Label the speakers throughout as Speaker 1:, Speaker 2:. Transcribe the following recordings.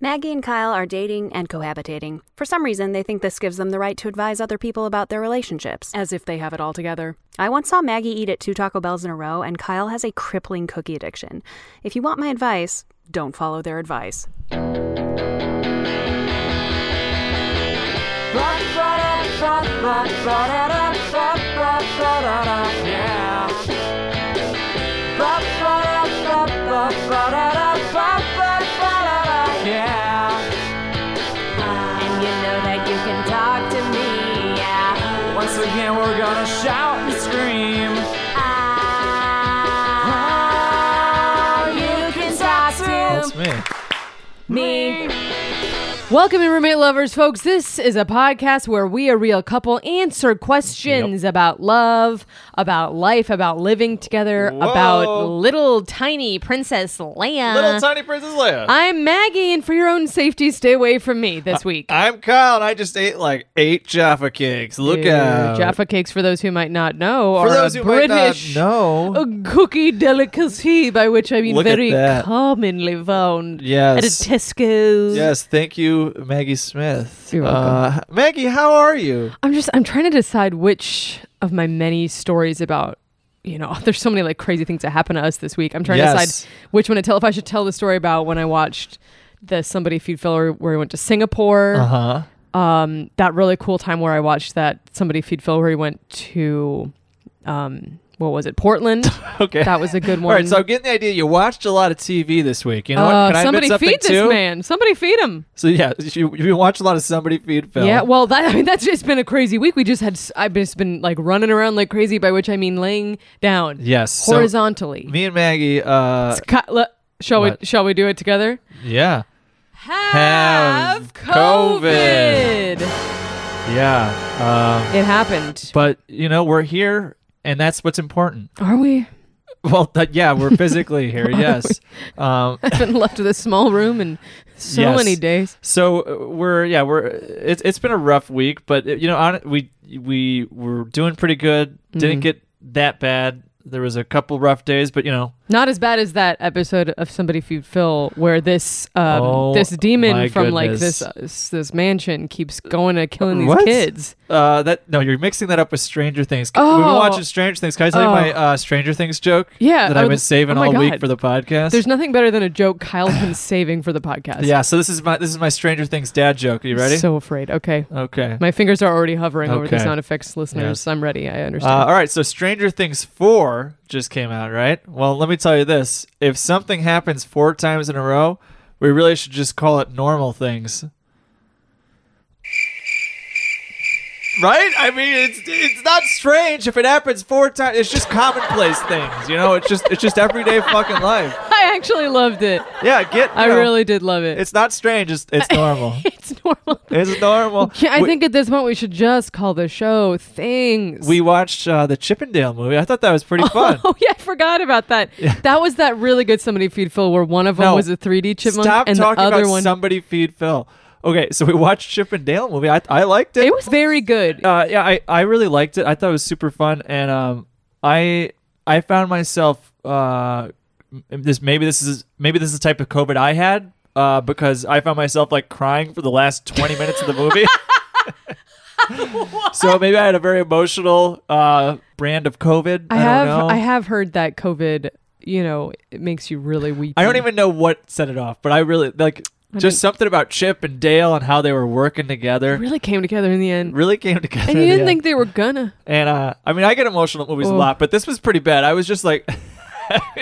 Speaker 1: Maggie and Kyle are dating and cohabitating. For some reason, they think this gives them the right to advise other people about their relationships, as if they have it all together. I once saw Maggie eat at two Taco Bells in a row, and Kyle has a crippling cookie addiction. If you want my advice, don't follow their advice.
Speaker 2: And you know that you can talk to me, yeah.
Speaker 3: Once again, we're gonna shout and scream.
Speaker 2: Ah, you can talk
Speaker 4: That's
Speaker 2: to
Speaker 4: me.
Speaker 2: me.
Speaker 5: Welcome in, roommate lovers, folks. This is a podcast where we, a real couple, answer questions about love, about life, about living together, about
Speaker 4: Whoa.
Speaker 5: little tiny Princess Leia.
Speaker 4: Little tiny Princess Leia.
Speaker 5: Uh, I'm Maggie, and for your own safety, stay away from me
Speaker 4: Uh,
Speaker 5: this week.
Speaker 4: I'm Kyle, and I just ate like eight Jaffa cakes. Look
Speaker 5: Ew,
Speaker 4: out!
Speaker 5: Jaffa cakes, for those who might not know, are
Speaker 4: those
Speaker 5: a
Speaker 4: who might not
Speaker 5: British Oh,
Speaker 4: know-
Speaker 5: a cookie delicacy, by which I mean
Speaker 4: Look at
Speaker 5: very
Speaker 4: that.
Speaker 5: commonly found at a
Speaker 4: Yes.
Speaker 5: Tesco's.
Speaker 4: Yes, thank you, Maggie Smith.
Speaker 5: You're
Speaker 4: Uh, Maggie, how are you?
Speaker 5: I'm just I'm trying to decide which of my many stories about you know there's so many like crazy things that happened to us this week. I'm trying to
Speaker 4: Yes.
Speaker 5: decide which one to tell. If I should tell the story about when I watched the Somebody Feed Filler where we went to Singapore.
Speaker 4: Uh huh.
Speaker 5: Um, that really cool time where I watched that Somebody Feed Filler where we went to um what was it Portland?
Speaker 4: Okay.
Speaker 5: that was a good
Speaker 4: All
Speaker 5: one.
Speaker 4: right, so I'm getting the idea. You watched a lot of TV this week. You know
Speaker 5: Uh,
Speaker 4: what? Can I admit
Speaker 5: somebody
Speaker 4: something
Speaker 5: feed
Speaker 4: too?
Speaker 5: this man. Somebody feed him.
Speaker 4: So yeah, you, you watched a lot of somebody feed film.
Speaker 5: Yeah, well, that, I mean, that's just been a crazy week. We just had, s- I've just been like running around like crazy, by which I mean laying down.
Speaker 4: Yes, so-
Speaker 5: Horizontally.
Speaker 4: Me and Maggie. Uh,
Speaker 5: Sky- le- shall
Speaker 4: What?
Speaker 5: we shall we do it together?
Speaker 4: yeah. Have COVID.
Speaker 5: COVID.
Speaker 4: Yeah. Um,
Speaker 5: It happened.
Speaker 4: but you know we're here, and that's what's important.
Speaker 5: Are we?
Speaker 4: Well, that, yeah, we're physically here. yes. Um,
Speaker 5: I've been left with a small room in so
Speaker 4: Yes.
Speaker 5: many days.
Speaker 4: So uh, we're yeah we're it's it's been a rough week, but uh, you know on we we were doing pretty good.
Speaker 5: Mm-hmm.
Speaker 4: Didn't
Speaker 5: Mm.
Speaker 4: get that bad. There was a couple rough days, but you know
Speaker 5: Not as bad as that episode of Somebody Feed Phil, where this um,
Speaker 4: Oh,
Speaker 5: this
Speaker 4: my
Speaker 5: demon from like
Speaker 4: goodness.
Speaker 5: this uh, s- this mansion keeps going and killing these
Speaker 4: What?
Speaker 5: kids.
Speaker 4: uh, that no you're mixing that up with Stranger Things. C- We've been
Speaker 5: Oh.
Speaker 4: watching Stranger Things. Can I tell you
Speaker 5: Oh.
Speaker 4: my uh, Stranger Things joke?
Speaker 5: Yeah,
Speaker 4: that
Speaker 5: oh,
Speaker 4: I've been
Speaker 5: th-
Speaker 4: saving
Speaker 5: oh my
Speaker 4: all week
Speaker 5: God.
Speaker 4: for the podcast.
Speaker 5: There's nothing better than a joke Kyle's been saving for the podcast.
Speaker 4: yeah, so this is my this is my Stranger Things dad joke. Are you ready?
Speaker 5: So afraid. Okay.
Speaker 4: okay.
Speaker 5: My fingers are already hovering over the
Speaker 4: Okay.
Speaker 5: sound effects, listeners.
Speaker 4: Yes.
Speaker 5: I'm ready. I understand.
Speaker 4: Uh, all right, so Stranger Things 4 just came out, right? Well, let me tell you this. If something happens four times in a row, we really should just call it normal things. Right? I mean, it's it's not strange if it happens four times. It's just commonplace things, you know? It's just it's just everyday fucking life.
Speaker 5: I actually loved it.
Speaker 4: Yeah, get you
Speaker 5: I
Speaker 4: know,
Speaker 5: really did love it.
Speaker 4: It's not strange. It's it's normal.
Speaker 5: It's normal.
Speaker 4: it's normal.
Speaker 5: Yeah, I
Speaker 4: We-
Speaker 5: think at this point we should just call the show things.
Speaker 4: we watched uh, the Chippendale movie. I thought that was pretty fun.
Speaker 5: Oh yeah, I forgot about that. That was that really good somebody feed Phil where one of them
Speaker 4: No.
Speaker 5: was a 3D chipmunk
Speaker 4: Stop
Speaker 5: and the
Speaker 4: talking
Speaker 5: other
Speaker 4: about
Speaker 5: one.
Speaker 4: somebody feed Phil. Okay, so we watched Chip and Dale movie. I, I liked it.
Speaker 5: it was very good.
Speaker 4: uh, yeah, I, I really liked it. I thought it was super fun, and um, I I found myself uh, m- this maybe this is maybe this is the type of COVID I had uh, because I found myself like crying for the last twenty minutes of the movie. so maybe I had a very emotional uh, brand of COVID. I,
Speaker 5: I have
Speaker 4: don't know.
Speaker 5: I have heard that COVID, you know, it makes you really weak.
Speaker 4: I don't even know what set it off, but I really like just something about Chip and Dale and how they were working together.
Speaker 5: It really came together in the end.
Speaker 4: really came together. in
Speaker 5: and you
Speaker 4: the
Speaker 5: didn't
Speaker 4: end.
Speaker 5: think they were gonna.
Speaker 4: And uh, I mean, I get emotional at movies a
Speaker 5: Oh.
Speaker 4: lot, but this was pretty bad. I was just like,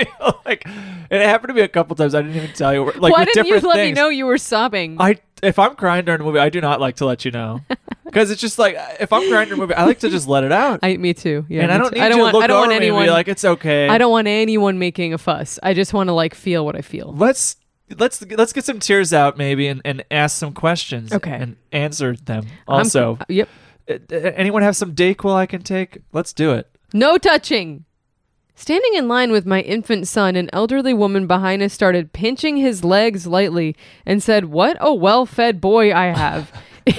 Speaker 4: like, and it happened to me a couple times. I didn't even tell you. Like,
Speaker 5: Why
Speaker 4: with
Speaker 5: didn't you
Speaker 4: different
Speaker 5: let
Speaker 4: things.
Speaker 5: me know you were sobbing?
Speaker 4: I if I'm crying during a movie, I do not like to let you know, because it's just like if I'm crying during a movie, I like to just let it out.
Speaker 5: I- me too. Yeah,
Speaker 4: and
Speaker 5: me
Speaker 4: I don't
Speaker 5: too.
Speaker 4: need you to
Speaker 5: want,
Speaker 4: look
Speaker 5: I don't
Speaker 4: over
Speaker 5: want
Speaker 4: me and be
Speaker 5: anyone.
Speaker 4: like it's okay.
Speaker 5: I don't want anyone making a fuss. I just want to like feel what I feel.
Speaker 4: Let's let's let's get some tears out maybe and, and ask some questions.
Speaker 5: Okay.
Speaker 4: And answer them
Speaker 5: I'm-
Speaker 4: also.
Speaker 5: yep.
Speaker 4: Uh, uh, anyone have some Dayquil I can take? Let's do it.
Speaker 5: No touching. Standing in line with my infant son, an elderly woman behind us started pinching his legs lightly and said, What a well fed boy I have.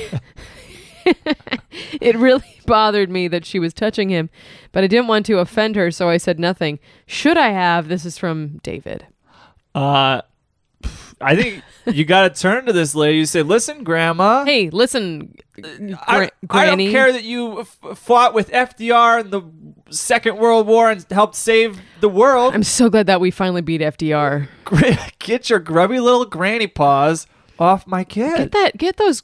Speaker 5: it really bothered me that she was touching him, but I didn't want to offend her, so I said nothing. Should I have? This is from David.
Speaker 4: Uh, I think you got to turn to this lady. You say, "Listen, Grandma,
Speaker 5: Hey, listen, gra-
Speaker 4: I, I
Speaker 5: Granny.
Speaker 4: don't care that you f- fought with FDR in the Second World War and helped save the world.
Speaker 5: I'm so glad that we finally beat FDR.
Speaker 4: Get your grubby little granny paws off my
Speaker 5: Get
Speaker 4: kid."
Speaker 5: that. Get those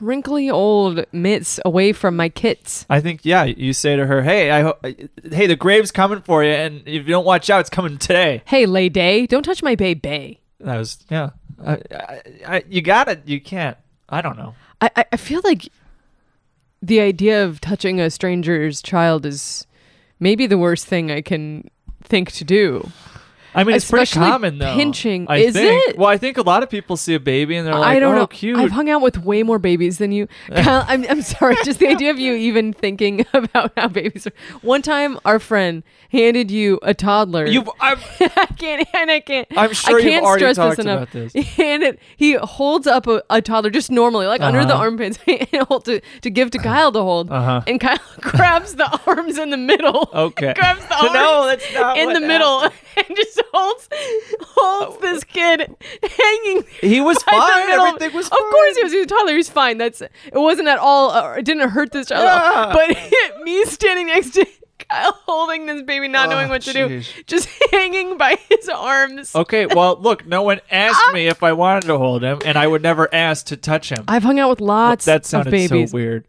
Speaker 5: wrinkly old mitts away from my kits.
Speaker 4: I think yeah. You say to her, "Hey, I ho- hey, the grave's coming for you, and if you don't watch out, it's coming today."
Speaker 5: Hey, lay day, don't touch my bay bay.
Speaker 4: That was yeah. I, I, I, you got it. You can't. I don't know.
Speaker 5: I, I- I feel like the idea of touching a stranger's child is maybe the worst thing I can think to do.
Speaker 4: I mean, it's pretty
Speaker 5: Especially
Speaker 4: common though.
Speaker 5: pinching.
Speaker 4: I
Speaker 5: Is
Speaker 4: think.
Speaker 5: it?
Speaker 4: Well, I think a lot of people see a baby and they're like,
Speaker 5: I don't
Speaker 4: "Oh,
Speaker 5: know.
Speaker 4: cute."
Speaker 5: I've hung out with way more babies than you. Kyle, I'm, I'm sorry. Just the idea of you even thinking about how babies are. One time, our friend handed you a toddler.
Speaker 4: You've- I've-
Speaker 5: I can't. And I can't.
Speaker 4: I'm sure
Speaker 5: I
Speaker 4: you've
Speaker 5: can't
Speaker 4: already
Speaker 5: stress
Speaker 4: talked
Speaker 5: this enough.
Speaker 4: about this.
Speaker 5: And it, he holds up a, a toddler just normally, like under the
Speaker 4: Uh-huh.
Speaker 5: armpits, and hold to to give to Kyle to hold.
Speaker 4: Uh-huh.
Speaker 5: And Kyle grabs the arms in the middle.
Speaker 4: Okay.
Speaker 5: grabs the
Speaker 4: No,
Speaker 5: arms
Speaker 4: that's not
Speaker 5: in
Speaker 4: what
Speaker 5: the middle and just holds
Speaker 4: Oh.
Speaker 5: holds this kid hanging.
Speaker 4: He was
Speaker 5: by the
Speaker 4: fine.
Speaker 5: middle.
Speaker 4: Everything was
Speaker 5: Of course, he was. He was a toddler. He was fine. That's it. Wasn't at all. Uh, it didn't hurt this child. at all. But me standing next to Kyle holding this baby, not knowing
Speaker 4: Oh,
Speaker 5: what to do,
Speaker 4: jeez. Oh.
Speaker 5: just hanging by his arms.
Speaker 4: okay. Well, look. No one asked me if I wanted to hold him, and I would never ask to touch him.
Speaker 5: I've hung out with lots
Speaker 4: that
Speaker 5: of
Speaker 4: sounded
Speaker 5: babies.
Speaker 4: so weird.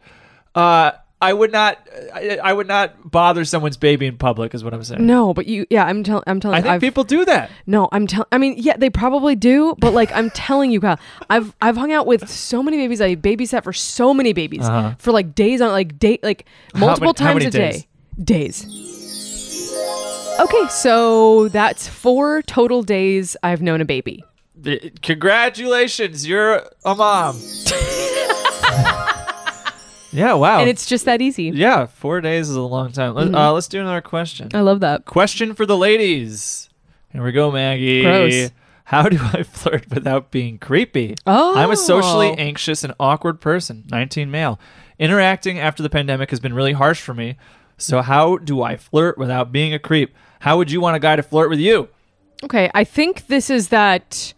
Speaker 4: Uh, I would not. I, I would not bother someone's baby in public. Is what I'm saying.
Speaker 5: No, but you, yeah, I'm telling, I'm telling.
Speaker 4: I think
Speaker 5: I've-
Speaker 4: people do that.
Speaker 5: No, I'm telling. I mean, yeah, they probably do, but like, I'm telling you, Kyle, I've I've hung out with so many babies. I babysat for so many babies
Speaker 4: Uh-huh.
Speaker 5: for like days on, like date, like multiple
Speaker 4: many- how
Speaker 5: times
Speaker 4: many
Speaker 5: a day. Days. Okay, so that's four total days I've known a baby.
Speaker 4: Th- Congratulations, you're a mom. yeah. Wow.
Speaker 5: And it's Mm-hmm. just that easy.
Speaker 4: Oh. yeah. Four days is a long time. Let, uh, let's do another question.
Speaker 5: I love that.
Speaker 4: Question for the ladies. Here we go, Maggie.
Speaker 5: Gross.
Speaker 4: How do I flirt without being creepy?
Speaker 5: Oh.
Speaker 4: I'm a socially anxious and awkward person, 19 male. Interacting after the pandemic has been really harsh for me. So how do I flirt without being a creep? How would you want a guy to flirt with you?
Speaker 5: Okay, I think this is that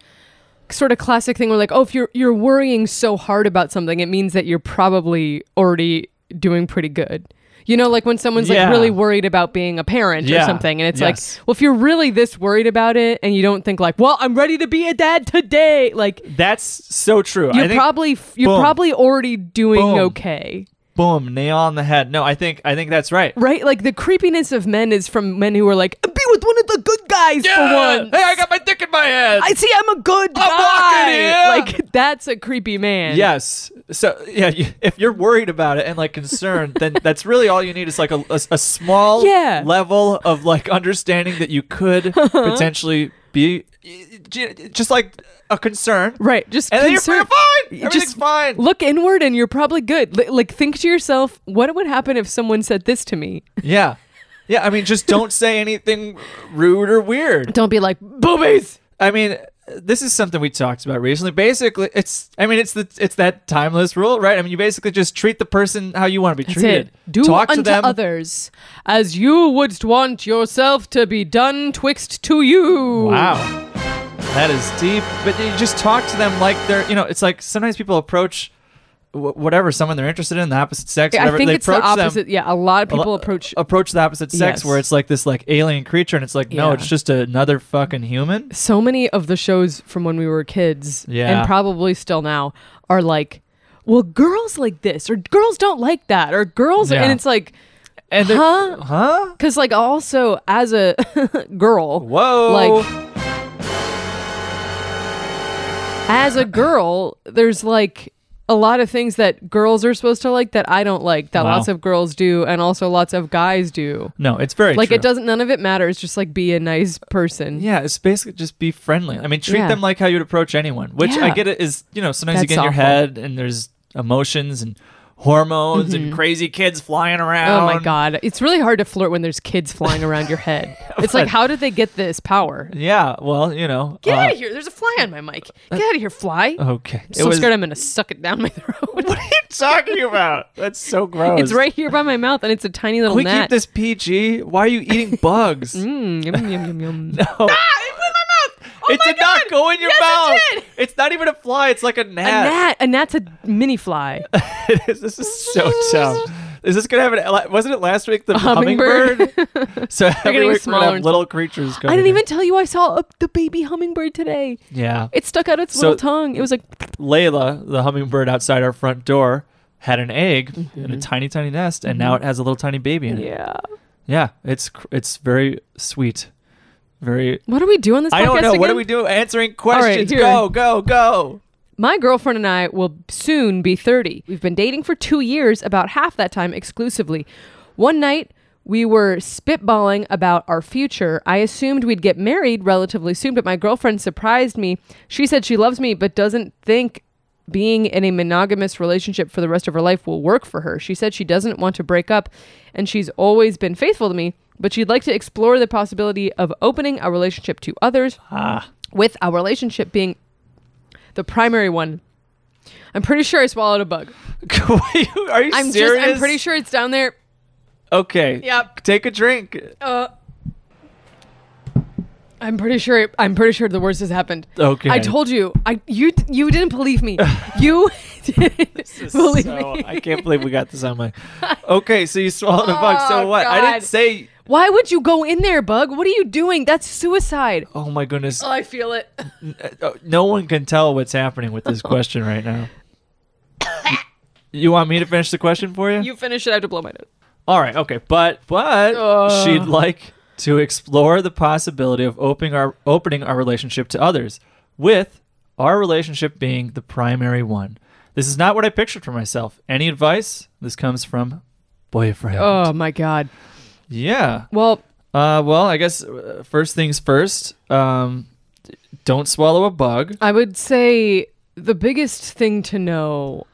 Speaker 5: sort of classic thing where like, oh, if you're you're worrying so hard about something, it means that you're probably already doing pretty good. You know, like when someone's
Speaker 4: Yeah.
Speaker 5: like really worried about being a parent or
Speaker 4: Yeah,
Speaker 5: something, and it's
Speaker 4: yes.
Speaker 5: like, well, if you're really this worried about it, and you don't think like, well, I'm ready to be a dad today, like
Speaker 4: That's so true. I
Speaker 5: you're
Speaker 4: think,
Speaker 5: probably f- you're
Speaker 4: boom.
Speaker 5: probably already doing
Speaker 4: Boom.
Speaker 5: okay,
Speaker 4: boom, nail on the head. No, I think I think that's right.
Speaker 5: right? Like the creepiness of men is from men who are like, be with one of the good guys for one.
Speaker 4: Hey, I got my dick in my head.
Speaker 5: I see I'm a good
Speaker 4: walking here.
Speaker 5: guy. Like that's a creepy man.
Speaker 4: Yes. So yeah, you, if you're worried about it and like concerned, then that's really all you need is like a, a, a small
Speaker 5: Yeah.
Speaker 4: level of like understanding that you could potentially be j- just like a concern.
Speaker 5: Right. Just
Speaker 4: And then you're,
Speaker 5: concern-
Speaker 4: you're fine.
Speaker 5: just
Speaker 4: Everything's fine.
Speaker 5: Look inward and you're probably good. Li- like think to yourself, what would happen if someone said this to me?
Speaker 4: Yeah. Yeah. I mean, just don't say anything rude or weird.
Speaker 5: Don't be like boobies.
Speaker 4: I mean, this is something we talked about recently. Basically, it's I mean, it's the it's that timeless rule, right? I mean, you basically just treat the person how you want to be
Speaker 5: That's
Speaker 4: treated.
Speaker 5: it. Do
Speaker 4: Talk
Speaker 5: unto
Speaker 4: to them.
Speaker 5: others as you would want yourself to be done twixt to you.
Speaker 4: Wow. That is deep. But you just talk to them like they're, you know, it's like sometimes people approach wh- whatever someone they're interested in, the opposite sex,
Speaker 5: I
Speaker 4: whatever.
Speaker 5: think
Speaker 4: they
Speaker 5: it's the
Speaker 4: approach them-
Speaker 5: opposite. Yeah, a lot of
Speaker 4: a lo-
Speaker 5: people approach.
Speaker 4: approach the opposite sex
Speaker 5: Yes.
Speaker 4: where it's like this like alien creature and it's like no
Speaker 5: Yeah.
Speaker 4: it's just another fucking human
Speaker 5: so many of the shows from when we were kids
Speaker 4: Yeah.
Speaker 5: and probably still now are like well girls like this or girls don't like that or girls
Speaker 4: Yeah.
Speaker 5: and it's like
Speaker 4: and they're-
Speaker 5: huh
Speaker 4: huh
Speaker 5: because like also as a girl
Speaker 4: whoa
Speaker 5: like as a girl there's like a lot of things that girls are supposed to like that i don't like that
Speaker 4: Wow.
Speaker 5: lots of girls do and also lots of guys do
Speaker 4: no it's very
Speaker 5: like
Speaker 4: true.
Speaker 5: it doesn't none of it matters just like be a nice person
Speaker 4: yeah it's basically just be friendly i mean treat
Speaker 5: Yeah.
Speaker 4: them like how you'd approach anyone which i
Speaker 5: Yeah.
Speaker 4: get it is you know sometimes you
Speaker 5: That's
Speaker 4: get in your
Speaker 5: awful.
Speaker 4: head and there's emotions and hormones and crazy kids flying around
Speaker 5: Mm-hmm. Oh my god, it's really hard to flirt when there's kids flying around your head. It's like,
Speaker 4: But-
Speaker 5: how did they get this power?
Speaker 4: Yeah, well, you know.
Speaker 5: Get
Speaker 4: uh,
Speaker 5: out of here! There's a fly on my mic. Get out of here, fly! I'm
Speaker 4: Okay.
Speaker 5: so scared I'm gonna suck it down my throat.
Speaker 4: What are you talking about? That's so gross.
Speaker 5: it's right here by my mouth, and it's a tiny little
Speaker 4: Can we
Speaker 5: gnat.
Speaker 4: keep this PG? Why are you eating bugs?
Speaker 5: Mm, yum, yum, yum, yum.
Speaker 4: No. Ah, it's in my mouth. it did not go in your
Speaker 5: Yes, it
Speaker 4: mouth.
Speaker 5: did.
Speaker 4: It's not even a fly. It's like a
Speaker 5: A
Speaker 4: gnat.
Speaker 5: gnat. A gnat's a mini fly.
Speaker 4: It is- this is so dumb. Is this gonna happen? Wasn't it last week the hummingbird?
Speaker 5: hummingbird.
Speaker 4: so every
Speaker 5: getting
Speaker 4: week we're
Speaker 5: smaller
Speaker 4: gonna have
Speaker 5: and-
Speaker 4: little creatures.
Speaker 5: I
Speaker 4: coming
Speaker 5: didn't
Speaker 4: in.
Speaker 5: even tell you I saw a, the baby hummingbird today.
Speaker 4: Yeah,
Speaker 5: It stuck out its
Speaker 4: So-
Speaker 5: little tongue. It was like,
Speaker 4: Layla, the hummingbird outside our front door, had an egg in
Speaker 5: Mm-hmm.
Speaker 4: a tiny, tiny nest, and now it has a little tiny baby in it.
Speaker 5: yeah.
Speaker 4: Yeah, it's cr- it's very sweet. Very.
Speaker 5: What are we doing this? Podcast
Speaker 4: I don't know. What
Speaker 5: again?
Speaker 4: do we do? Answering
Speaker 5: right,
Speaker 4: questions.
Speaker 5: here.
Speaker 4: go, go, go.
Speaker 5: My girlfriend and I will soon be 30. We've been dating for two years, about half that time exclusively. One night, we were spitballing about our future. I assumed we'd get married relatively soon, but my girlfriend surprised me. She said she loves me, but doesn't think being in a monogamous relationship for the rest of her life will work for her. She said she doesn't want to break up, and she's always been faithful to me, but she'd like to explore the possibility of opening a relationship to others, with our relationship being the primary one. I'm pretty sure I swallowed a bug.
Speaker 4: Are you
Speaker 5: I'm
Speaker 4: serious?
Speaker 5: just I'm pretty sure it's down there.
Speaker 4: Okay.
Speaker 5: Yep.
Speaker 4: Take a drink.
Speaker 5: Uh I'm pretty sure it, I'm pretty sure the worst has happened.
Speaker 4: Okay.
Speaker 5: I told you. I you you didn't believe me. You didn't believe
Speaker 4: So,
Speaker 5: me.
Speaker 4: I can't believe we got this on my. Okay, so you swallowed a bug. So
Speaker 5: Oh,
Speaker 4: what? I
Speaker 5: God.
Speaker 4: didn't say.
Speaker 5: Why would you go in there, bug? What are you doing? That's suicide.
Speaker 4: Oh my goodness.
Speaker 5: I feel it.
Speaker 4: Uh, No one can tell what's happening with this question right now. You want me to finish the question for you?
Speaker 5: You finish it. I have to blow my nose.
Speaker 4: All right, okay, but but
Speaker 5: Ugh.
Speaker 4: she'd like to explore the possibility of opening our opening our relationship to others, with our relationship being the primary one. This is not what I pictured for myself. Any advice? This comes from boyfriend.
Speaker 5: Oh my god.
Speaker 4: Yeah.
Speaker 5: Well,
Speaker 4: Uh, well, I guess uh, first things first. Um, d- don't swallow a bug.
Speaker 5: I would say the biggest thing to know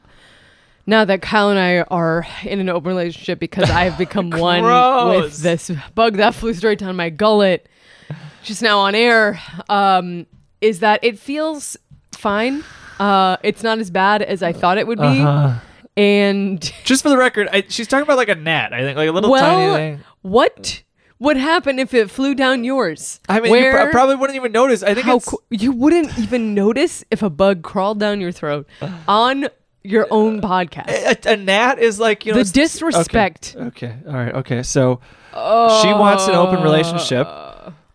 Speaker 5: now that Kyle and I are in an open relationship because I have become one
Speaker 4: Gross.
Speaker 5: with this bug that flew straight down my gullet just now on air um, is that it feels fine. Uh, it's not as bad as I thought it would be.
Speaker 4: Uh-huh.
Speaker 5: And
Speaker 4: Just for the record, I, she's talking about like a gnat. I think like a little tiny
Speaker 5: well,
Speaker 4: thing.
Speaker 5: what would happen if it flew down yours?
Speaker 4: I mean, you
Speaker 5: Where-
Speaker 4: pr- probably wouldn't even notice. I think
Speaker 5: how
Speaker 4: it's,
Speaker 5: qu- you wouldn't even notice if a bug crawled down your throat on your own podcast.
Speaker 4: a, a gnat is like you Eh, know
Speaker 5: The
Speaker 4: it's- okay.
Speaker 5: disrespect.
Speaker 4: Okay. all right, okay. So she wants an open relationship.
Speaker 5: Oh.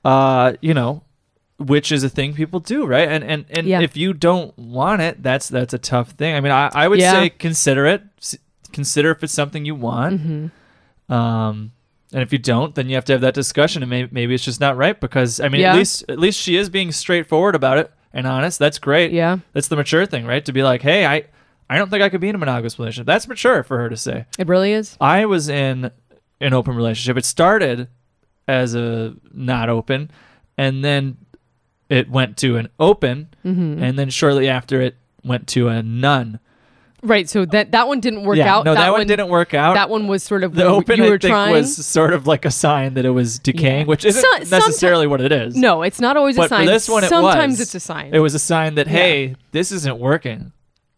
Speaker 4: Uh, you know, which is a thing people do, right? And and and
Speaker 5: Yeah.
Speaker 4: if you don't want it, that's that's a tough thing. I mean, I I would
Speaker 5: Yeah.
Speaker 4: say consider it. S- consider if it's something you want.
Speaker 5: Mm-hmm.
Speaker 4: Um. And if you don't, then you have to have that discussion, and maybe, maybe it's just not right. Because I mean,
Speaker 5: Yeah.
Speaker 4: at least at least she is being straightforward about it and honest. That's great.
Speaker 5: Yeah.
Speaker 4: that's the mature thing, right? To be like, hey, I I don't think I could be in a monogamous relationship. That's mature for her to say.
Speaker 5: It really is.
Speaker 4: I was in an open relationship. It started as a not open, and then it went to an open,
Speaker 5: Mm-hmm.
Speaker 4: and then shortly after it went to a none.
Speaker 5: Right. So that that one didn't work
Speaker 4: yeah,
Speaker 5: out.
Speaker 4: no, that, one didn't work out.
Speaker 5: That one was sort of
Speaker 4: the open
Speaker 5: you
Speaker 4: I
Speaker 5: were
Speaker 4: think
Speaker 5: trying.
Speaker 4: was sort of like a sign that it was decaying, which isn't
Speaker 5: So- someti-
Speaker 4: necessarily what it is.
Speaker 5: no, it's not always
Speaker 4: but
Speaker 5: a sign.
Speaker 4: for this one, it
Speaker 5: Sometimes
Speaker 4: was.
Speaker 5: it's a sign.
Speaker 4: It was a sign that hey, this isn't working.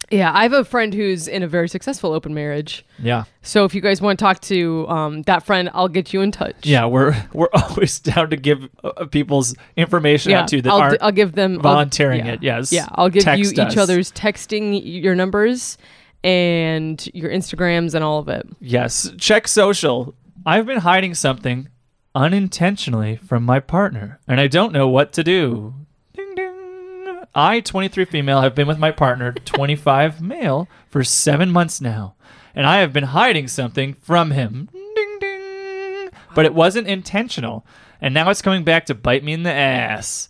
Speaker 5: yeah, I have a friend who's in a very successful open marriage.
Speaker 4: Yeah,
Speaker 5: So if you guys want to talk to um, that friend, I'll get you in touch.
Speaker 4: yeah, we're we're always down to give uh, people's information out to that
Speaker 5: I'll,
Speaker 4: aren't
Speaker 5: d- I'll give them I'll-
Speaker 4: volunteering
Speaker 5: yeah.
Speaker 4: it, yes.
Speaker 5: Yeah, I'll give
Speaker 4: Text
Speaker 5: you
Speaker 4: us.
Speaker 5: each other's texting y- your numbers and your Instagrams and all of it.
Speaker 4: Yes. Check social. I've been hiding something unintentionally from my partner, and I don't know what to do. Ding ding. I, 23 female, have been with my partner, 25 male, for seven months now, and I have been hiding something from him. Ding ding. But it wasn't intentional, and now it's coming back to bite me in the ass.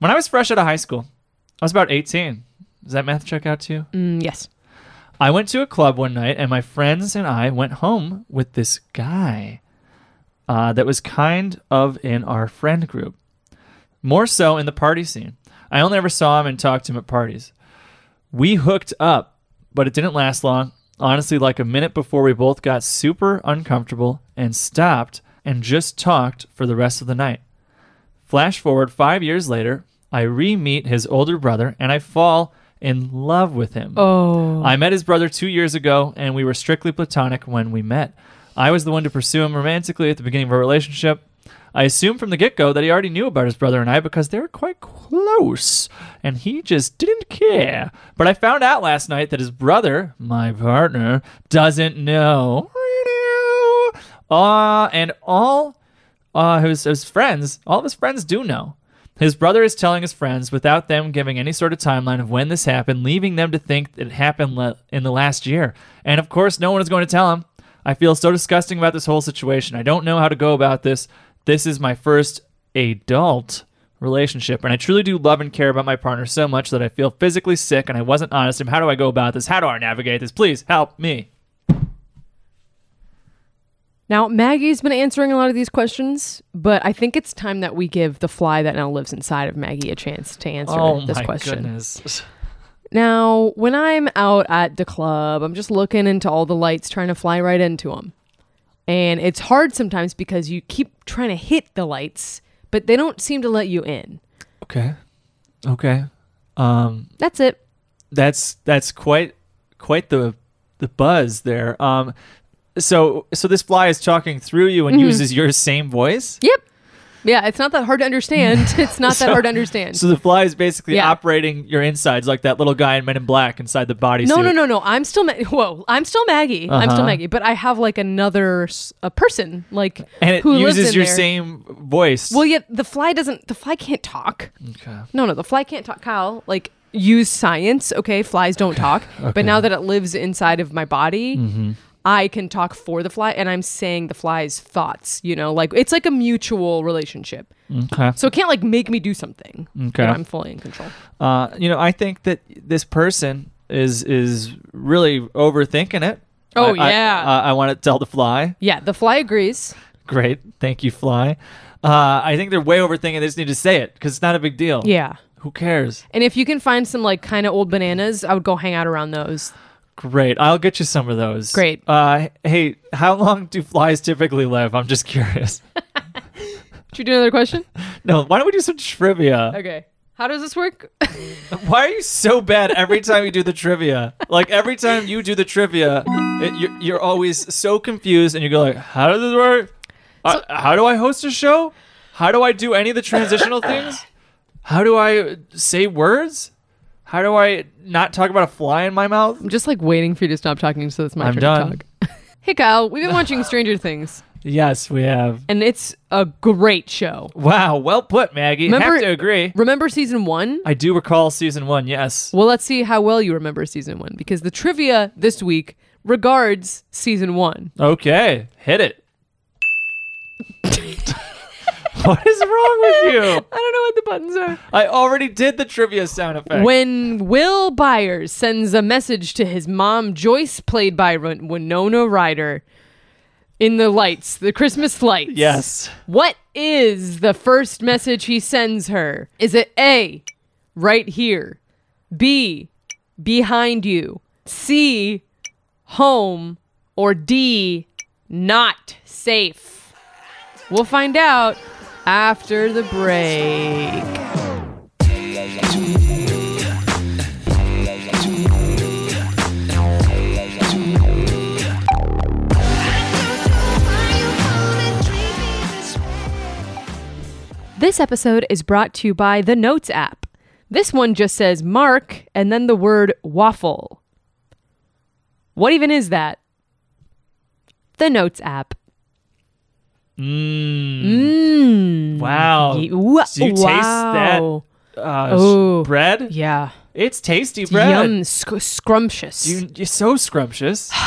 Speaker 4: When I was fresh out of high school, I was about 18. Does that math check out to you?
Speaker 5: Mm, yes.
Speaker 4: I went to a club one night, and my friends and I went home with this guy uh, that was kind of in our friend group, more so in the party scene. I only ever saw him and talked to him at parties. We hooked up, but it didn't last long. Honestly, like a minute before we both got super uncomfortable and stopped and just talked for the rest of the night. Flash forward five years later, I re meet his older brother and I fall in love with him.
Speaker 5: Oh.
Speaker 4: I met his brother two years ago, and we were strictly platonic when we met. I was the one to pursue him romantically at the beginning of our relationship. I assume from the get go that he already knew about his brother and I because they were quite close, and he just didn't care. But I found out last night that his brother, my partner, doesn't know. Uh, and all uh, his, his friends, all of his friends do know. His brother is telling his friends without them giving any sort of timeline of when this happened, leaving them to think it happened le- in the last year. And of course, no one is going to tell him. I feel so disgusting about this whole situation. I don't know how to go about this. This is my first adult relationship, and I truly do love and care about my partner so much that I feel physically sick and I wasn't honest. And how do I go about this? How do I navigate this? Please help me.
Speaker 5: Now, Maggie's been answering a lot of these questions, but I think it's time that we give the fly that now lives inside of Maggie a chance to answer
Speaker 4: oh
Speaker 5: this
Speaker 4: my
Speaker 5: question.
Speaker 4: goodness.
Speaker 5: Now, when I'm out at the club, I'm just looking into all the lights, trying to fly right into them. And it's hard sometimes because you keep trying to hit the lights, but they don't seem to let you in.
Speaker 4: Okay. Okay. Um,
Speaker 5: That's it.
Speaker 4: that's that's quite quite the the buzz there. Um, so so this fly is talking through you
Speaker 5: Mm-hmm.
Speaker 4: and uses your same voice.
Speaker 5: Yep. Yeah, it's not that hard to understand. It's not that
Speaker 4: So-
Speaker 5: hard to understand.
Speaker 4: So the fly is basically
Speaker 5: Yeah.
Speaker 4: operating your insides like that little guy in Men in Black inside the body
Speaker 5: no, no, no, no. I'm still Ma- whoa. I'm still Maggie. I'm
Speaker 4: Uh-huh.
Speaker 5: still Maggie, but I have like another s- a person like
Speaker 4: And it
Speaker 5: who lives
Speaker 4: uses
Speaker 5: in
Speaker 4: your
Speaker 5: there.
Speaker 4: same voice.
Speaker 5: Well, yet the fly doesn't. The fly can't talk.
Speaker 4: okay.
Speaker 5: No, no, the fly can't talk. Kyle, like use science. Okay, flies don't talk. But now that it lives inside of my body,
Speaker 4: Hmm. Mm-hmm.
Speaker 5: I can talk for the fly, and I'm saying the fly's thoughts. You know, like it's like a mutual relationship.
Speaker 4: Okay.
Speaker 5: So it can't like make me do something. You know,
Speaker 4: Okay.
Speaker 5: I'm fully in control.
Speaker 4: Uh, you know, I think that this person is is really overthinking it.
Speaker 5: Oh,
Speaker 4: I- I-
Speaker 5: yeah.
Speaker 4: I, I want to tell the fly.
Speaker 5: Yeah, the fly agrees.
Speaker 4: Great, thank you, fly. Uh, I think they're way overthinking. They just need to say it because it's not a big deal.
Speaker 5: Yeah.
Speaker 4: Who cares?
Speaker 5: And if you can find some like kind of old bananas, I would go hang out around those.
Speaker 4: Great. I'll get you some of those.
Speaker 5: Great.
Speaker 4: Uh, hey, how long do flies typically live? I'm just curious.
Speaker 5: Should we do another question?
Speaker 4: no, why don't we do some trivia?
Speaker 5: Okay. How does this work?
Speaker 4: Why are you so bad every time you do the trivia? Like every time you do the trivia, it, you're, you're always so confused, and you go like, "How does this work? Uh, how do I host a show? How do I do any of the transitional things? How do I say words? How do I not talk about a fly in my mouth?"
Speaker 5: I'm just like waiting for you to stop talking so it's my
Speaker 4: I'm
Speaker 5: turn
Speaker 4: done.
Speaker 5: to talk. hey Kyle, we've been watching Stranger Things
Speaker 4: Yes, we have.
Speaker 5: and it's a great show.
Speaker 4: Wow, well put, Maggie.
Speaker 5: Remember-
Speaker 4: have to agree.
Speaker 5: Remember season 1?
Speaker 4: I do recall season one. Yes.
Speaker 5: Well, let's see how well you remember season 1 because the trivia this week regards season 1.
Speaker 4: Okay, hit it. what is wrong with you?
Speaker 5: I don't know what the buttons are.
Speaker 4: I already did the trivia sound effect.
Speaker 5: When Will Byers sends a message to his mom, Joyce, played by Win- Winona Ryder, in the lights, the Christmas lights.
Speaker 4: yes.
Speaker 5: What is the first message he sends her? Is it A, right here, B, behind you, C, home, or D, not safe? We'll find out after the break. This episode is brought to you by the Notes app. This one just says Mark and then the word waffle. What even is that? The Notes app.
Speaker 4: Wow.
Speaker 5: Ye- wha-
Speaker 4: Oh, Do you
Speaker 5: wow.
Speaker 4: taste that uh,
Speaker 5: Oh.
Speaker 4: sh- bread?
Speaker 5: Yeah.
Speaker 4: It's tasty bread.
Speaker 5: Yum, sc- scrumptious.
Speaker 4: You, you're so scrumptious.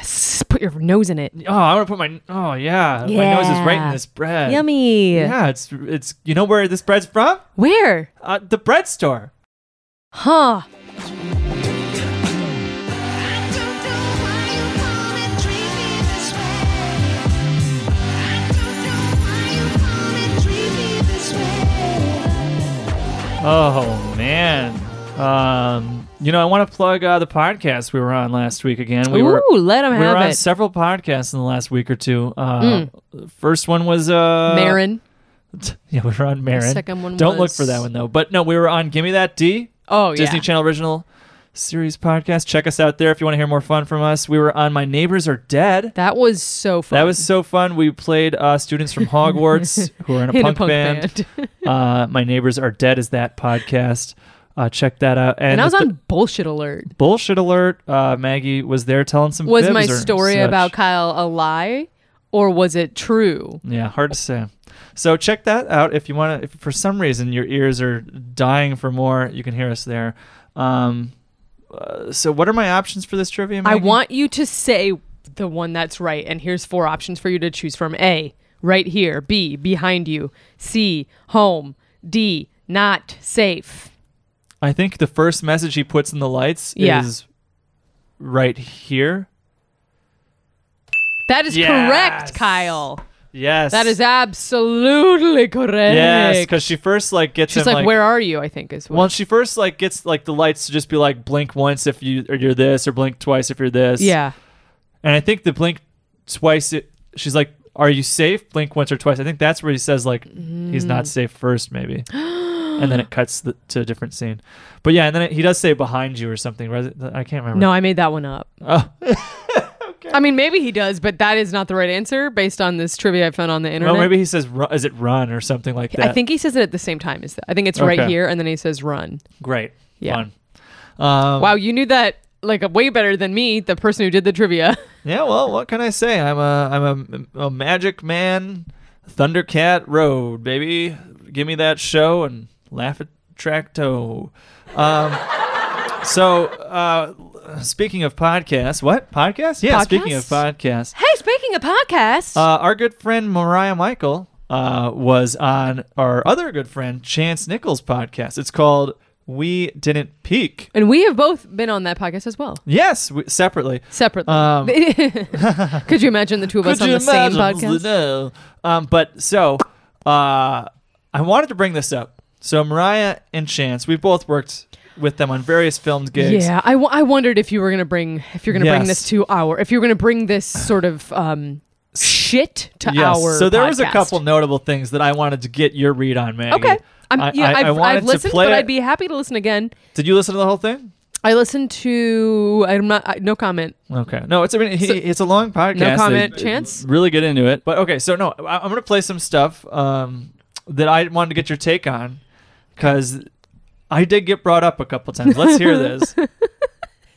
Speaker 5: S- Put your nose in it.
Speaker 4: Oh, I want to put my oh yeah, my nose is right in
Speaker 5: Yeah.
Speaker 4: this bread.
Speaker 5: Yummy.
Speaker 4: Yeah, it's it's you know where this bread's from?
Speaker 5: Where?
Speaker 4: Uh, the bread store.
Speaker 5: Huh.
Speaker 4: Oh man. Um, you know, I want to plug uh, the podcast we were on last week again. We were
Speaker 5: Ooh, let 'em
Speaker 4: we were
Speaker 5: have
Speaker 4: on
Speaker 5: it. Mm.
Speaker 4: several podcasts in the last week or two. Uh, First one was uh,
Speaker 5: Marin.
Speaker 4: Yeah, we were on Marin.
Speaker 5: second one
Speaker 4: Don't look
Speaker 5: was-
Speaker 4: for that one though. But no, we were on Gimme That D.
Speaker 5: Oh,
Speaker 4: Disney
Speaker 5: yeah.
Speaker 4: Channel original series podcast. Check us out there if you want to hear more fun from us. We were on My Neighbors Are Dead.
Speaker 5: That was so fun.
Speaker 4: That was so fun. We played uh, students from Hogwarts who are in a,
Speaker 5: in
Speaker 4: punk, band.
Speaker 5: and,
Speaker 4: uh, My Neighbors Are Dead is that podcast. Uh, check that out. And,
Speaker 5: I was
Speaker 4: the
Speaker 5: on bullshit alert.
Speaker 4: th- bullshit alert. Uh, Maggie was there telling some.
Speaker 5: Was
Speaker 4: fibs
Speaker 5: my
Speaker 4: or
Speaker 5: story
Speaker 4: such.
Speaker 5: about Kyle a lie, or was it true?
Speaker 4: Yeah, hard to say. So check that out if you want to. If for some reason your ears are dying for more, you can hear us there. Um, uh, so what are my options for this trivia?
Speaker 5: I
Speaker 4: Maggie?
Speaker 5: want you to say the one that's right, and here's four options for you to choose from: A, right here; B, behind you; C, home; D, not safe.
Speaker 4: I think the first message he puts in the lights
Speaker 5: Yeah.
Speaker 4: is right here.
Speaker 5: That is
Speaker 4: Yes.
Speaker 5: correct, Kyle.
Speaker 4: Yes,
Speaker 5: That is absolutely correct.
Speaker 4: yes because she first like gets
Speaker 5: she's
Speaker 4: him,
Speaker 5: like, "Where are you?" I think is what.
Speaker 4: Well, she first like gets like the lights to just be like blink once if you or you're this or blink twice if you're this.
Speaker 5: yeah,
Speaker 4: And I think the blink twice it, she's like are you safe? Blink once or twice. I think that's where he says like he's
Speaker 5: Mm.
Speaker 4: not safe first maybe. and then it cuts the, to a different scene. But yeah, and then it, he does say behind you or something. right? I can't remember.
Speaker 5: no, I made that one up.
Speaker 4: Oh.
Speaker 5: I mean, maybe he does, but that is not the right answer based on this trivia I found on the internet.
Speaker 4: Well, Oh, maybe he says ru- is it run or something like that.
Speaker 5: I think he says it at the same time as that. I think it's right
Speaker 4: Okay.
Speaker 5: here, and then he says "run."
Speaker 4: great.
Speaker 5: Yeah.
Speaker 4: Fun. Um,
Speaker 5: Wow, you knew that like way better than me, the person who did the trivia.
Speaker 4: Yeah, well, what can I say? I'm a I'm a, a magic man, Thundercat Road, baby. Give me that show and laugh at Tracto. Um, so, uh, speaking of podcasts, what podcasts? Yeah, speaking of podcasts,
Speaker 5: hey, speaking of podcasts,
Speaker 4: uh, our good friend Mariah Michael uh, was on our other good friend Chance Nichols' podcast. It's called "We Didn't Peak."
Speaker 5: and we have both been on that podcast as well,
Speaker 4: Yes, we, separately.
Speaker 5: separately.
Speaker 4: Um, Uh,
Speaker 5: Could you imagine the two of us on the same podcast?
Speaker 4: No. Um, but so uh, I wanted to bring this up. So Mariah and Chance, we both worked with them on various filmed gigs.
Speaker 5: Yeah, I, w- I wondered if you were gonna bring if you're gonna bring
Speaker 4: Yes.
Speaker 5: this to our if you're gonna bring this sort of um shit to
Speaker 4: Yes.
Speaker 5: our.
Speaker 4: so there was a
Speaker 5: podcast.
Speaker 4: couple notable things that I wanted to get your read on, Maggie.
Speaker 5: Okay, I'm,
Speaker 4: I-
Speaker 5: yeah,
Speaker 4: I- I
Speaker 5: I've,
Speaker 4: wanted
Speaker 5: I've
Speaker 4: to
Speaker 5: listened,
Speaker 4: play
Speaker 5: but
Speaker 4: it.
Speaker 5: I'd be happy to listen again.
Speaker 4: Did you listen to the whole thing?
Speaker 5: I listened to. I'm not. I, no comment.
Speaker 4: Okay. No, it's I mean, he,
Speaker 5: So-
Speaker 4: it's a long podcast.
Speaker 5: No
Speaker 4: They
Speaker 5: comment. Chance.
Speaker 4: Really get into it. But okay, so no, I, I'm going to play some stuff um, that I wanted to get your take on because I did get brought up a couple times. Let's hear this.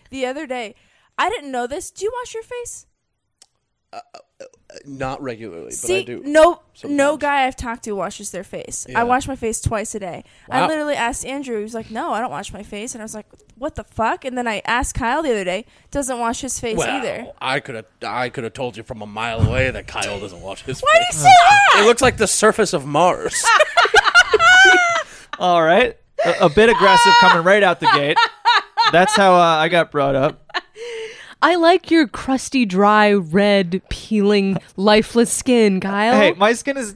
Speaker 6: the other day. I didn't know this. Do you wash your face?
Speaker 7: Not regularly,
Speaker 6: See,
Speaker 7: but I do.
Speaker 6: no, no
Speaker 7: sometimes.
Speaker 6: guy I've talked to washes their face.
Speaker 7: Yeah.
Speaker 6: I wash my face twice a day. I
Speaker 7: Wow.
Speaker 6: literally asked Andrew. He was like, "No, I don't wash my face," and I was like, "What the fuck?" And then I asked Kyle the other day. Doesn't wash his face
Speaker 7: Well,
Speaker 6: either.
Speaker 7: I could have I could have told you from a mile away that Kyle doesn't wash his
Speaker 6: Why do you
Speaker 7: face.
Speaker 6: say that?
Speaker 7: It looks like the surface of Mars.
Speaker 4: All right. A, a bit aggressive coming right out the gate. That's how uh, I got brought up.
Speaker 5: I like your crusty, dry, red, peeling, lifeless skin, Kyle.
Speaker 4: Hey, my skin is.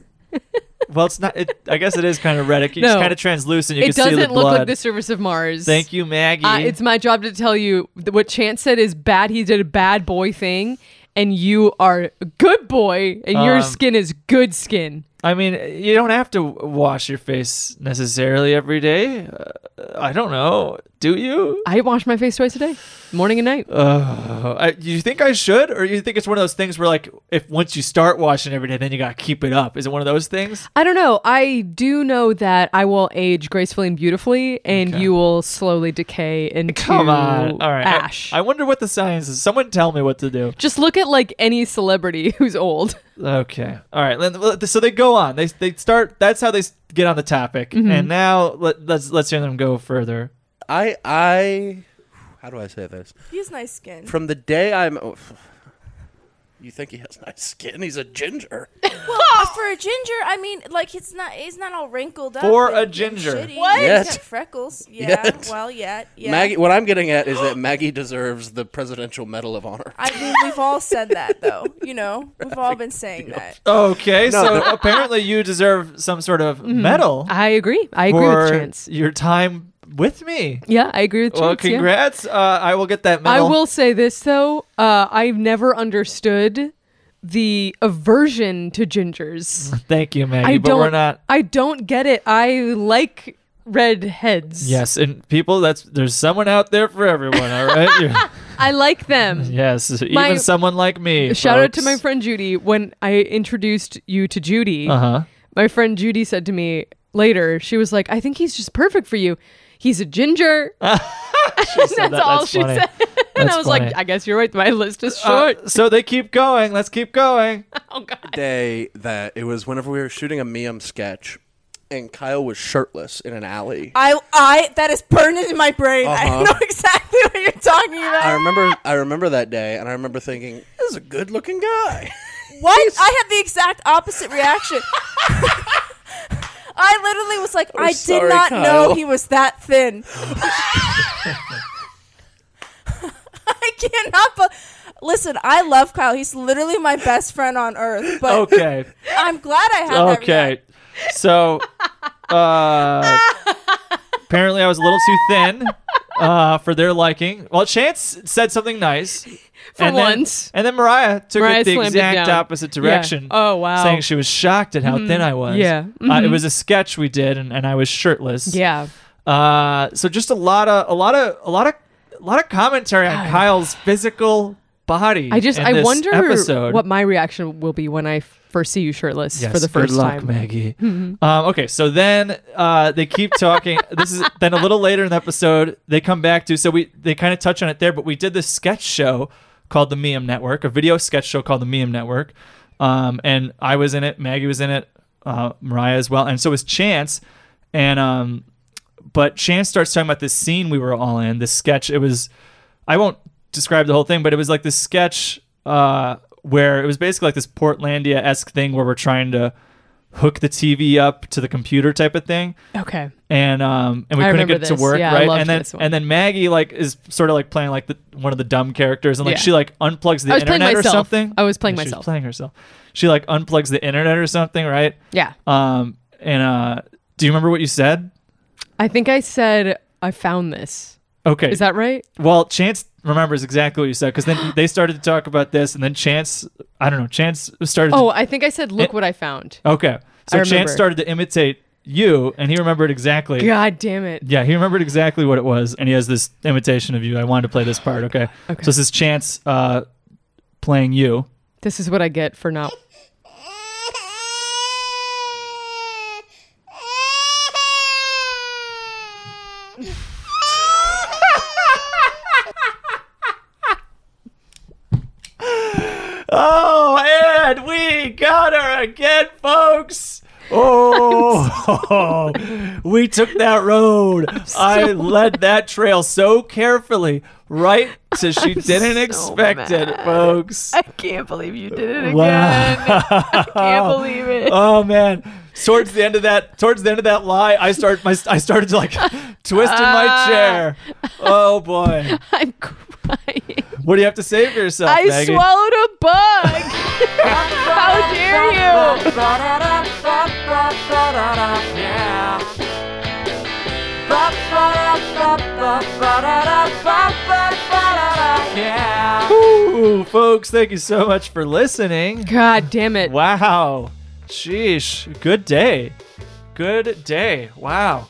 Speaker 4: Well, it's not. It, I guess it is kind of reddish. It's
Speaker 5: No.
Speaker 4: kind of translucent. You
Speaker 5: it
Speaker 4: can see the
Speaker 5: doesn't look
Speaker 4: blood.
Speaker 5: like the surface of Mars.
Speaker 4: Thank you, Maggie.
Speaker 5: Uh, it's my job to tell you th- what Chance said is bad. He did a bad boy thing, and you are a good boy, and your
Speaker 4: Um,
Speaker 5: skin is good skin.
Speaker 4: I mean, you don't have to wash your face necessarily every day. Uh, I don't know. Do you?
Speaker 5: I wash my face twice a day, morning and night.
Speaker 4: Uh, I, you think I should, or you think it's one of those things where, like, if once you start washing every day, then you gotta keep it up? Is it one of those things?
Speaker 5: I don't know. I do know that I will age gracefully and beautifully, and you will slowly decay into
Speaker 4: Come on. All right. I-
Speaker 5: ash.
Speaker 4: I, wonder what the science is. Someone tell me what to do.
Speaker 5: Just look at like any celebrity who's old.
Speaker 4: Okay. All right. Then- well, So they go on. They they start. That's how they s- get on the topic. And now let, let's let's hear them go further.
Speaker 7: I I how do I say this?
Speaker 6: He has nice skin.
Speaker 7: From the day I'm oh, You think he has nice skin? He's a ginger.
Speaker 6: Uh, for a ginger, I mean, like it's not, he's not all wrinkled up.
Speaker 4: For
Speaker 6: and-
Speaker 4: a
Speaker 6: and
Speaker 4: ginger.
Speaker 6: shitty.
Speaker 7: What?
Speaker 6: He's
Speaker 7: Yet.
Speaker 6: got freckles. Yeah.
Speaker 7: Yet.
Speaker 6: Well, yet. Yeah.
Speaker 7: Maggie what I'm getting at is that Maggie deserves the Presidential Medal of Honor.
Speaker 6: I mean, we've all said that though. You know, we've all been saying that.
Speaker 4: Okay. so apparently you deserve some sort of medal
Speaker 5: I agree. Mm-hmm. I agree
Speaker 4: for
Speaker 5: with Chance.
Speaker 4: your time with me.
Speaker 5: Yeah, I agree with Chance.
Speaker 4: well,
Speaker 5: yeah.
Speaker 4: congrats. Uh, I will get that
Speaker 5: I
Speaker 4: medal.
Speaker 5: will say this though. Uh, I've never understood the aversion to gingers.
Speaker 4: Thank you, Maggie.
Speaker 5: I
Speaker 4: but
Speaker 5: don't.
Speaker 4: we're not.
Speaker 5: I don't get it. I like red heads.
Speaker 4: Yes, and people, that's there's someone out there for everyone. All right. You're-
Speaker 5: I like them.
Speaker 4: yes, even
Speaker 5: My-
Speaker 4: someone like me.
Speaker 5: Shout out to my friend Judy. When I introduced you to Judy,
Speaker 4: Uh huh.
Speaker 5: my friend Judy said to me later, she was like, I think he's just perfect for you. He's a ginger. that's all
Speaker 4: that's
Speaker 5: she
Speaker 4: funny.
Speaker 5: said. and
Speaker 4: Ah, That's
Speaker 5: I was
Speaker 4: funny.
Speaker 5: like, I guess you're right. My list is short.
Speaker 4: Uh, so they keep going. Let's keep going.
Speaker 5: oh, God.
Speaker 7: day that it was whenever we were shooting a meme sketch, and Kyle was shirtless in an alley.
Speaker 6: I, I, that is pertinent in my brain.
Speaker 7: Uh-huh.
Speaker 6: I know exactly what you're talking
Speaker 7: I
Speaker 6: about.
Speaker 7: remember, I remember that day, and I remember thinking, "This is a good-looking guy."
Speaker 6: What? I had the exact opposite reaction. I literally was like, I
Speaker 7: sorry,
Speaker 6: did not know
Speaker 7: Kyle.
Speaker 6: he was that thin. I cannot. Be- Listen, I love Kyle. He's literally my best friend on earth. But
Speaker 4: Okay.
Speaker 6: I'm glad I had that. reaction.
Speaker 4: Okay. So uh apparently I was a little too thin uh for their liking. Well, Chance said something nice. For and
Speaker 5: once.
Speaker 4: Then, and then Mariah took
Speaker 5: Mariah
Speaker 4: it the
Speaker 5: slammed it
Speaker 4: exact
Speaker 5: down.
Speaker 4: opposite
Speaker 5: Yeah.
Speaker 4: direction.
Speaker 5: Oh, wow. Mm-hmm.
Speaker 4: Saying she was shocked at how thin I was.
Speaker 5: Yeah. Mm-hmm.
Speaker 4: Uh, it was a sketch we did and, and I was shirtless.
Speaker 5: Yeah.
Speaker 4: Uh so just a lot of a lot of a lot of a lot of commentary on Kyle's physical body.
Speaker 5: I just,
Speaker 4: in
Speaker 5: I
Speaker 4: this
Speaker 5: wonder
Speaker 4: episode.
Speaker 5: what my reaction will be when I first see you shirtless for the
Speaker 4: good
Speaker 5: first
Speaker 4: luck,
Speaker 5: time.
Speaker 4: Maggie. Um, okay, so then uh, they keep talking. this is then a little later in the episode they come back to. So we they kind of touch on it there, but we did this sketch show called the Meme Network, a video sketch show called the Meme Network, um, and I was in it. Maggie was in it. Uh, Mariah as well, and so was Chance. And um, but Chance starts talking about this scene we were all in, this sketch. It was, I won't describe the whole thing, but it was like this sketch uh, where it was basically like this Portlandia esque thing where we're trying to hook the TV up to the computer type of thing
Speaker 5: Okay.
Speaker 4: and um and we
Speaker 5: I
Speaker 4: couldn't
Speaker 5: remember
Speaker 4: get to
Speaker 5: this.
Speaker 4: work
Speaker 5: Yeah, I
Speaker 4: right
Speaker 5: loved
Speaker 4: and then
Speaker 5: this one.
Speaker 4: and then Maggie like is sort of like playing like the one of the dumb characters and like
Speaker 5: Yeah.
Speaker 4: she like unplugs the
Speaker 5: I was playing
Speaker 4: internet or
Speaker 5: myself.
Speaker 4: something
Speaker 5: I was playing
Speaker 4: Yeah, she
Speaker 5: myself.
Speaker 4: playing herself she like unplugs the internet or something right
Speaker 5: Yeah.
Speaker 4: um and uh do you remember what you said
Speaker 5: I think I said, I found this.
Speaker 4: okay
Speaker 5: Is that right?
Speaker 4: well Chance remembers exactly what you said because then they started to talk about this and then Chance I don't know Chance started to-
Speaker 5: Oh, I think I said, look
Speaker 4: It-
Speaker 5: what I found.
Speaker 4: okay so Chance
Speaker 5: remember.
Speaker 4: started to imitate you and he remembered exactly
Speaker 5: God damn it.
Speaker 4: Yeah, he remembered exactly what it was, and he has this imitation of you. I wanted to play this part, okay? So this is Chance uh, playing you.
Speaker 5: This is what I get for not.
Speaker 4: Oh, and we got her again, folks. Oh, we took that road. I led that trail so carefully, right? So she didn't expect it, folks. I can't believe you did it again. I can't believe it. Oh man. Towards the end of that, towards the end of that lie, I start my, I started to like twist in my chair. Oh boy,
Speaker 5: I'm crying.
Speaker 4: what do you have to say for yourself,
Speaker 5: I
Speaker 4: Maggie?
Speaker 5: swallowed a bug. How dare you?
Speaker 4: Ooh, folks, thank you so much for listening.
Speaker 5: God damn it.
Speaker 4: Wow. Sheesh. Good day. Good day. Wow.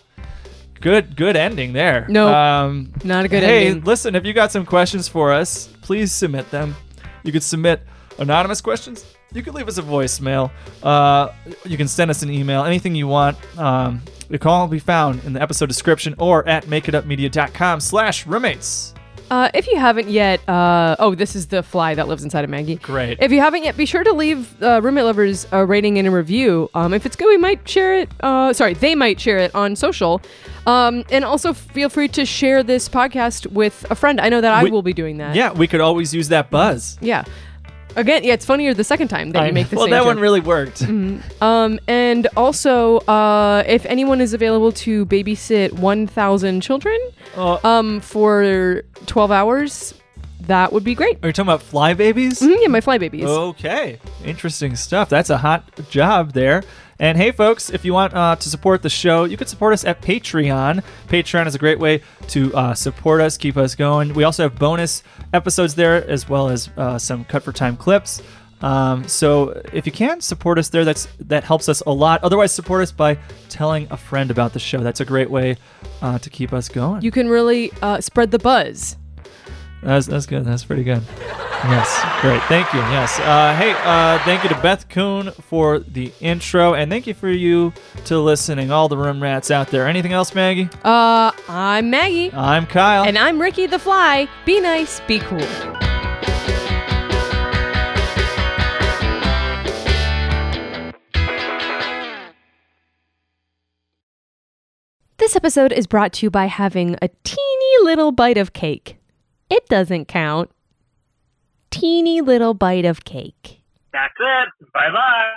Speaker 4: Good good ending there.
Speaker 5: Nope.
Speaker 4: Um
Speaker 5: Not a good
Speaker 4: hey,
Speaker 5: ending.
Speaker 4: listen, if you got some questions for us, please submit them. You could submit anonymous questions. You could leave us a voicemail. Uh, you can send us an email, anything you want. Um, the call will be found in the episode description or at makeitupmedia.com slash roommates.
Speaker 5: Uh, if you haven't yet, uh, oh, this is the fly that lives inside of Maggie.
Speaker 4: Great.
Speaker 5: If you haven't yet, be sure to leave uh, Roommate Lovers a rating and a review. Um, if it's good, we might share it. Uh, sorry, they might share it on social. Um, and also feel free to share this podcast with a friend. I know that
Speaker 4: We-
Speaker 5: I will be doing that.
Speaker 4: Yeah, we could always use that buzz.
Speaker 5: Yeah. Again, yeah, it's funnier the second time that
Speaker 4: I-
Speaker 5: you make the
Speaker 4: well,
Speaker 5: same
Speaker 4: that
Speaker 5: joke.
Speaker 4: one really worked.
Speaker 5: Um, and also, uh, if anyone is available to babysit 1,000 children
Speaker 4: Uh,
Speaker 5: um, for 12 hours, that would be great.
Speaker 4: Are you talking about fly babies?
Speaker 5: Mhm, yeah, my fly babies.
Speaker 4: Oh. Okay, interesting stuff. That's a hot job there. And hey, folks, if you want uh, to support the show, you can support us at Patreon. Patreon is a great way to uh, support us, keep us going. We also have bonus episodes there, as well as uh, some cut for time clips. Um, so if you can support us there, that's that helps us a lot. Otherwise, support us by telling a friend about the show. That's a great way uh, to keep us going.
Speaker 5: You can really uh, spread the buzz.
Speaker 4: That's, that's good. That's pretty good. Yes, great. Thank you. Yes. Uh, hey, uh, thank you to Beth Kuhn for the intro, and thank you for you to listening, all the room rats out there. Anything else, Maggie?
Speaker 5: Uh, I'm Maggie.
Speaker 4: I'm Kyle.
Speaker 5: And I'm Ricky the Fly. Be nice, be cool. This episode is brought to you by having a teeny little bite of cake. It doesn't count. Teeny little bite of cake.
Speaker 8: That's it. Bye bye.